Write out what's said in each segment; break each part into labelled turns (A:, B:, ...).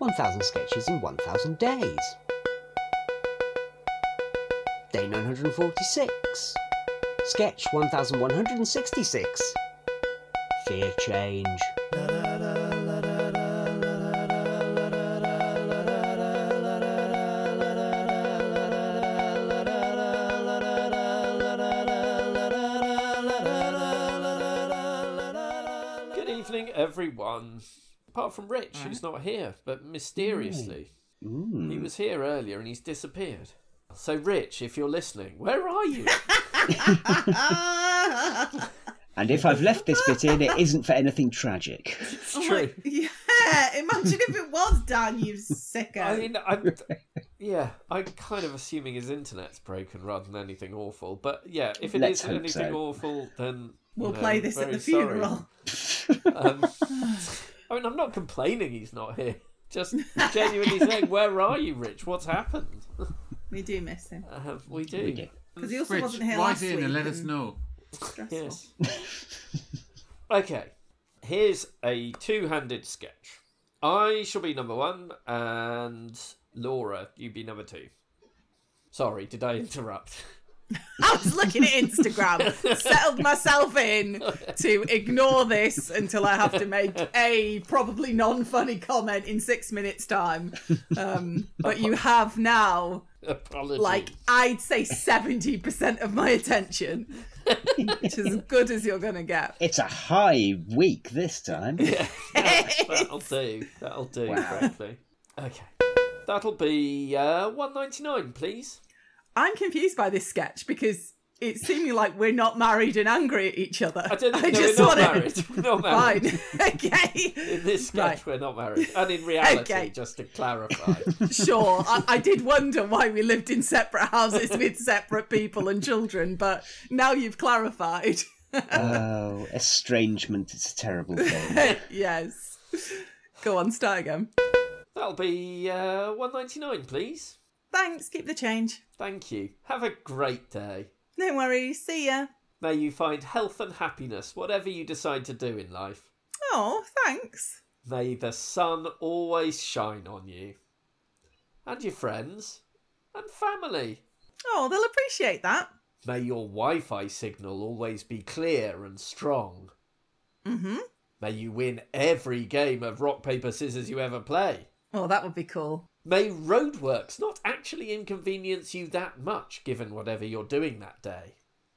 A: 1000 Sketches in 1000 Days. Day 946. Sketch 1166. Fear Change.
B: Good evening, everyone. Apart from Rich, who's not here, but mysteriously. He
A: Hmm.
B: was here earlier and he's disappeared. So, Rich, if you're listening, where are you?
A: And if I've left this bit in, it isn't for anything tragic.
B: It's true.
C: Yeah, imagine if it was Dan, you sicko.
B: I mean, I'm, yeah, I'm kind of assuming his internet's broken rather than anything awful. But yeah, if it
A: Let's
B: is
A: hope
B: anything
A: so.
B: awful, then you
C: we'll
B: know,
C: play this at
B: very
C: the
B: sorry.
C: funeral.
B: Um, I mean, I'm not complaining he's not here. Just genuinely saying, where are you, Rich? What's happened?
C: We do miss him
B: Uh, we do.
A: We do.
C: because he also
D: Rich,
C: wasn't here
D: write
C: last
D: in
C: week.
D: and let
C: and
D: us know.
C: stressful.
B: Yes. okay. Here's a two handed sketch. I shall be number one, and Laura, you be number two. Sorry, did I interrupt?
C: I was looking at Instagram, settled myself in to ignore this until I have to make a probably non-funny comment in six minutes' time. Um, but you have now,
B: Apologies.
C: like, I'd say seventy percent of my attention, which is as good as you're gonna get.
A: It's a high week this time.
B: That'll do. That'll do,
A: Wow.
B: frankly. Okay. That'll be uh, 199 please.
C: I'm confused by this sketch because it's seeming like we're not married and angry at each other.
B: I don't think no, we're not
C: want
B: married. We're not married.
C: Fine. okay.
B: In this sketch,
C: Right.
B: we're not married. And in reality,
C: Okay.
B: just to clarify.
C: Sure. I, I did wonder why we lived in separate houses with separate people and children, but now you've clarified.
A: Oh, estrangement is a terrible thing.
C: yes. Go on, start again.
B: That'll be uh, 199 please.
C: Thanks. Keep the change.
B: Thank you. Have a great day.
C: No worries. See ya.
B: May you find health and happiness, whatever you decide to do in life.
C: Oh, thanks.
B: May the sun always shine on you. And your friends. And family.
C: Oh, they'll appreciate that.
B: May your Wi Fi signal always be clear and strong.
C: Mm-hmm.
B: May you win every game of rock, paper, scissors you ever play.
C: Oh, that would be cool.
B: May roadworks not actually inconvenience you that much, given whatever you're doing that day.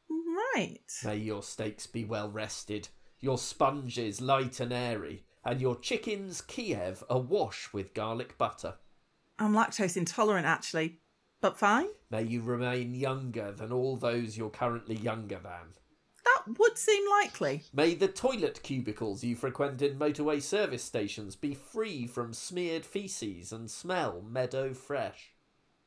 C: Right.
B: May your steaks be well rested, your sponges light and airy, and your chickens Kiev awash with garlic butter.
C: I'm lactose intolerant, actually, but fine.
B: May you remain younger than all those you're currently younger than.
C: That would seem likely.
B: May the toilet cubicles you frequent in motorway service stations be free from smeared feces and smell meadow fresh.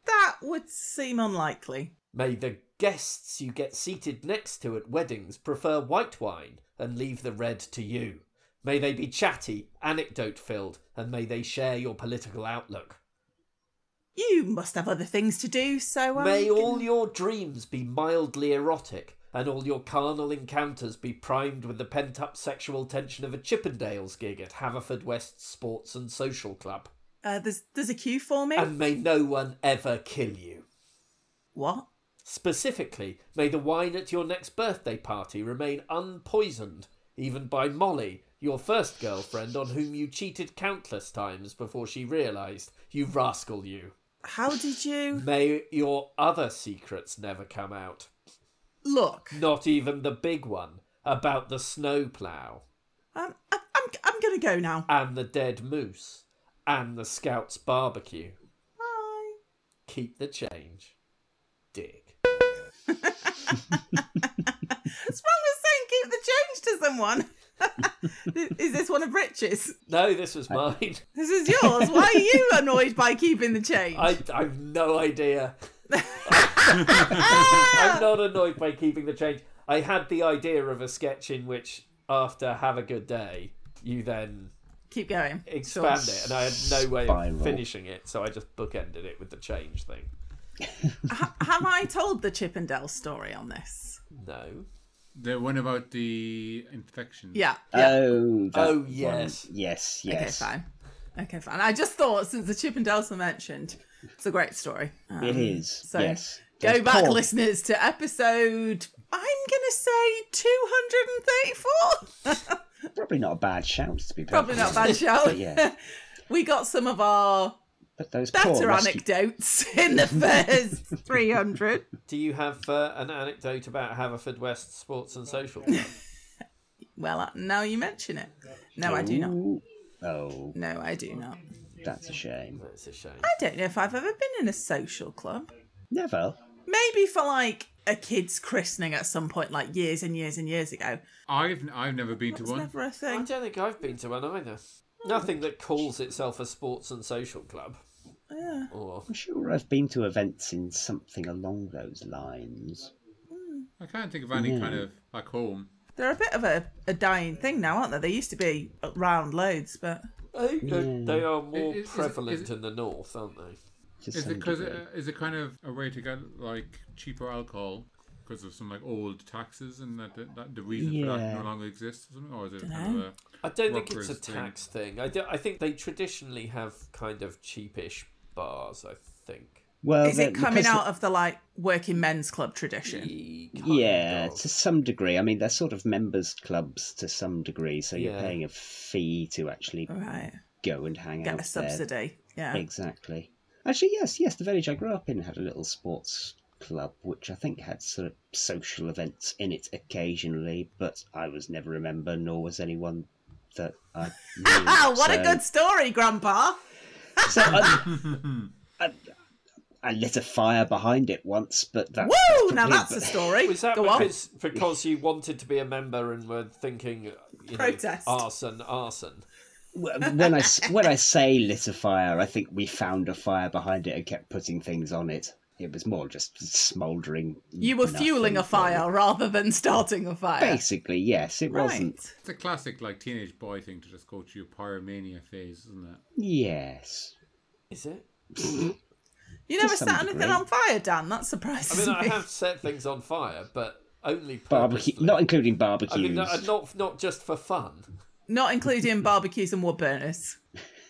C: That would seem unlikely.
B: May the guests you get seated next to at weddings prefer white wine and leave the red to you. May they be chatty, anecdote filled, and may they share your political outlook.
C: You must have other things to do, so um,
B: may
C: you can-
B: all your dreams be mildly erotic, and all your carnal encounters be primed with the pent up sexual tension of a Chippendales gig at Haverfordwest Sports and Social Club.
C: uh, there's there's a queue forming.
B: And may no one ever kill you.
C: what?
B: Specifically, may the wine at your next birthday party remain unpoisoned, even by Molly, your first girlfriend on whom you cheated countless times before she realised, you rascal you.
C: How did you
B: May your other secrets never come out,
C: look?
B: not even the big one about the snowplough,
C: Um, I, I'm I'm gonna go now.
B: and the dead moose, and the scout's barbecue.
C: Bye.
B: Keep the change, Dick.
C: What's wrong with saying keep the change to someone? Th- is this one of Rich's?
B: No, this was mine.
C: This is yours. Why are you annoyed by keeping the change?
B: I, I've no idea. I'm not annoyed by keeping the change. I had the idea of a sketch in which, after "Have a good day," you then
C: Keep going.
B: expand
C: Sure.
B: it, and I had no way
A: Spiral.
B: of finishing it, so I just bookended it with the change thing.
C: Ha- have I told the Chippendale story on this?
B: No,
D: The one about the infection.
C: Yeah. yeah.
A: Oh, that
B: Oh,
A: one.
B: yes.
A: yes, yes.
C: Okay, fine. Okay, fine. I just thought since the Chippendales were mentioned, it's a great story. Um,
A: It is.
C: So
A: yes.
C: go
A: There's
C: back,
A: porn.
C: listeners, to episode. I'm gonna say 234.
A: Probably not a bad shout to be
C: Probably
A: perfectly
C: not a bad shout.
A: yeah.
C: we got some of our
A: But those poor
C: better
A: rescue...
C: anecdotes in the first 300.
B: Do you have uh, an anecdote about Haverford West Sports and Social Club?
C: Well, uh, now you mention it. No, I do not.
A: Ooh. Oh,
C: No, I do not.
A: that's a shame.
B: That's a shame.
C: I don't know if I've ever been in a social club.
A: Never.
C: Maybe for like a kid's christening at some point, like years and years and years ago.
D: I've I've never been
C: It's
D: to one.
C: never a
B: I
C: thing.
B: don't think I've been to one either. Nothing that calls itself a sports and social club.
C: Yeah.
B: Or
A: I'm sure I've been to events in something along those lines.
D: I can't think of any kind of like home.
C: They're a bit of a, a dying thing now, aren't they? They used to be round loads, but
B: I think that they are more
D: Is- is- is-
B: prevalent
D: is-
B: in the north, aren't they?
A: to
D: Is
A: some
D: it because
A: degree.
D: uh, is it kind of a way to get like cheaper alcohol because of some like old taxes and that, that, that the reason for that
A: Yeah.
D: no longer exists or something, or is it
C: Dunno.
D: kind of a
B: I don't think it's
D: Workers
B: a
D: thing.
B: tax thing. I, do, I think they traditionally have kind of cheapish bars. I think.
A: well,
C: is it
A: the-
C: coming
A: because
C: out of the like working men's club tradition?
B: E-
A: the-
B: kind
A: Yeah,
D: Oh,
B: of.
A: to some degree. I mean, they're sort of members clubs to some degree, so you're
B: Yeah.
A: paying a fee to actually
C: Right.
A: go and hang out
C: Oh. Get a
A: there.
C: subsidy. Yeah.
A: Exactly. Actually, yes, yes. The village I grew up in had a little sports club, which I think had sort of social events in it occasionally, but I was never a member, nor was anyone that I knew.
C: Ah, what a
A: So-
C: good story, Grandpa.
A: So I, I, I lit a fire behind it once, but that.
C: Woo! Now
A: probably-
C: that's a story.
B: Was that
C: Go on.
B: because because you wanted to be a member and were thinking you
C: Protest.
B: know, arson, arson?
A: when I s- when I say lit a fire, I think we found a fire behind it and kept putting things on it. It was more just smouldering.
C: You were
A: nothing
C: fueling a
A: really.
C: fire rather than starting a fire.
A: Basically, yes, it wasn't.
C: Right.
D: it's a classic like teenage boy thing to just go to your pyromania phase, isn't it?
A: Yes.
B: Is it?
A: To
C: You never
A: some
C: set anything
A: degree.
C: on fire, Dan. That
B: I
C: surprises
B: mean, I
C: me.
B: have set things on fire, but only
A: Barbecue,
B: purposely.
A: not including
B: I
A: barbecues.
B: mean, not not- not just for fun.
C: Not including barbecues and wood burners.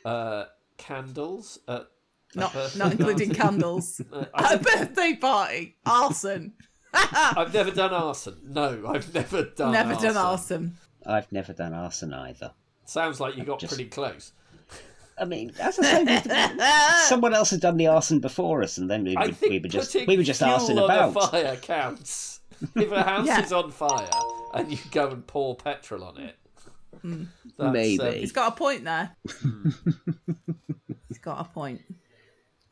B: Uh, candles at
C: Not
B: birthday
C: not including candles. At a birthday party. Arson.
B: I've never done arson. No, I've never done.
C: Never
B: Uh, arson.
C: done arson.
A: I've never done arson either.
B: Sounds like you got
A: Just-
B: pretty close.
A: I mean, as I say, someone else had done the arson before us, and then we,
B: I
A: would-
B: think
A: we were just
B: putting
A: we were just
B: fuel
A: arson
B: on
A: about.
B: a fire counts. If a house
C: Yeah.
B: is on fire and you go and pour petrol on it,
C: Mm.
B: that's, um,
A: Maybe.
C: He's got a point there. He's got a point.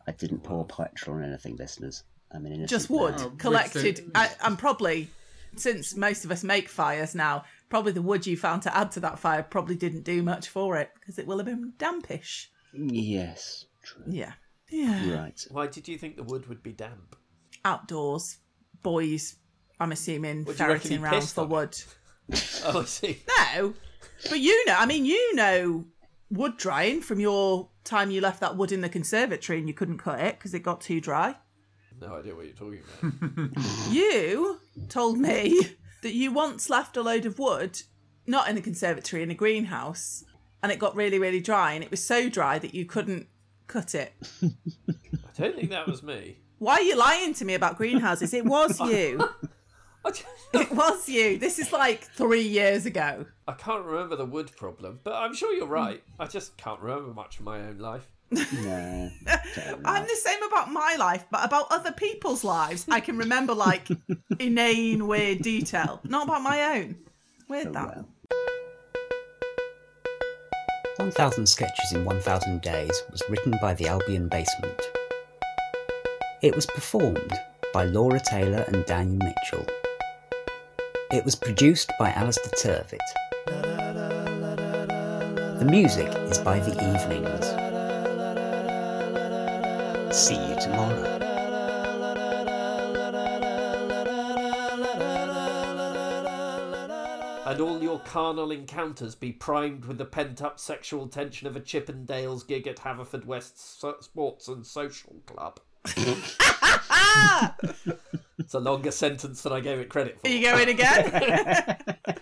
A: I didn't pour petrol on anything, listeners. I mean,
C: Just wood
D: Oh, which
C: collected,
D: they-
C: I, and probably since most of us make fires now, probably the wood you found to add to that fire probably didn't do much for it because it will have been dampish.
A: Yes, true.
C: Yeah, yeah.
A: Right.
B: why did you think the wood would be damp?
C: Outdoors, boys. I'm assuming
B: What, do you reckon
C: ferreting
B: he
C: round
B: pissed
C: for
B: on it?
C: wood.
B: Oh, I see.
C: No, but you know, I mean, you know, wood drying from your time you left that wood in the conservatory and you couldn't cut it because it got too dry.
B: No idea what you're talking about.
C: You told me that you once left a load of wood, not in the conservatory, in a greenhouse, and it got really, really dry, and it was so dry that you couldn't cut it.
B: I don't think that was me.
C: Why are you lying to me about greenhouses? It was you.
B: I, don't-
C: It was you. This is like three years ago.
B: I can't remember the wood problem, but I'm sure you're right. I just can't remember much of my own life.
A: No.
C: I'm the same about my life, but about other people's lives, I can remember like inane, weird detail. Not about my own.
A: Oh,
C: Weird that.
E: 1000 Sketches in 1000 Days was written by the Albion Basement. It was performed by Laura Taylor and Daniel Mitchell. It was produced by Alistair Turvitt. The music is by The Evenings. See you tomorrow.
B: And all your carnal encounters be primed with the pent up sexual tension of a Chippendales gig at Haverford West So- Sports and Social Club. it's a longer sentence than I gave it credit for.
C: Are you going again?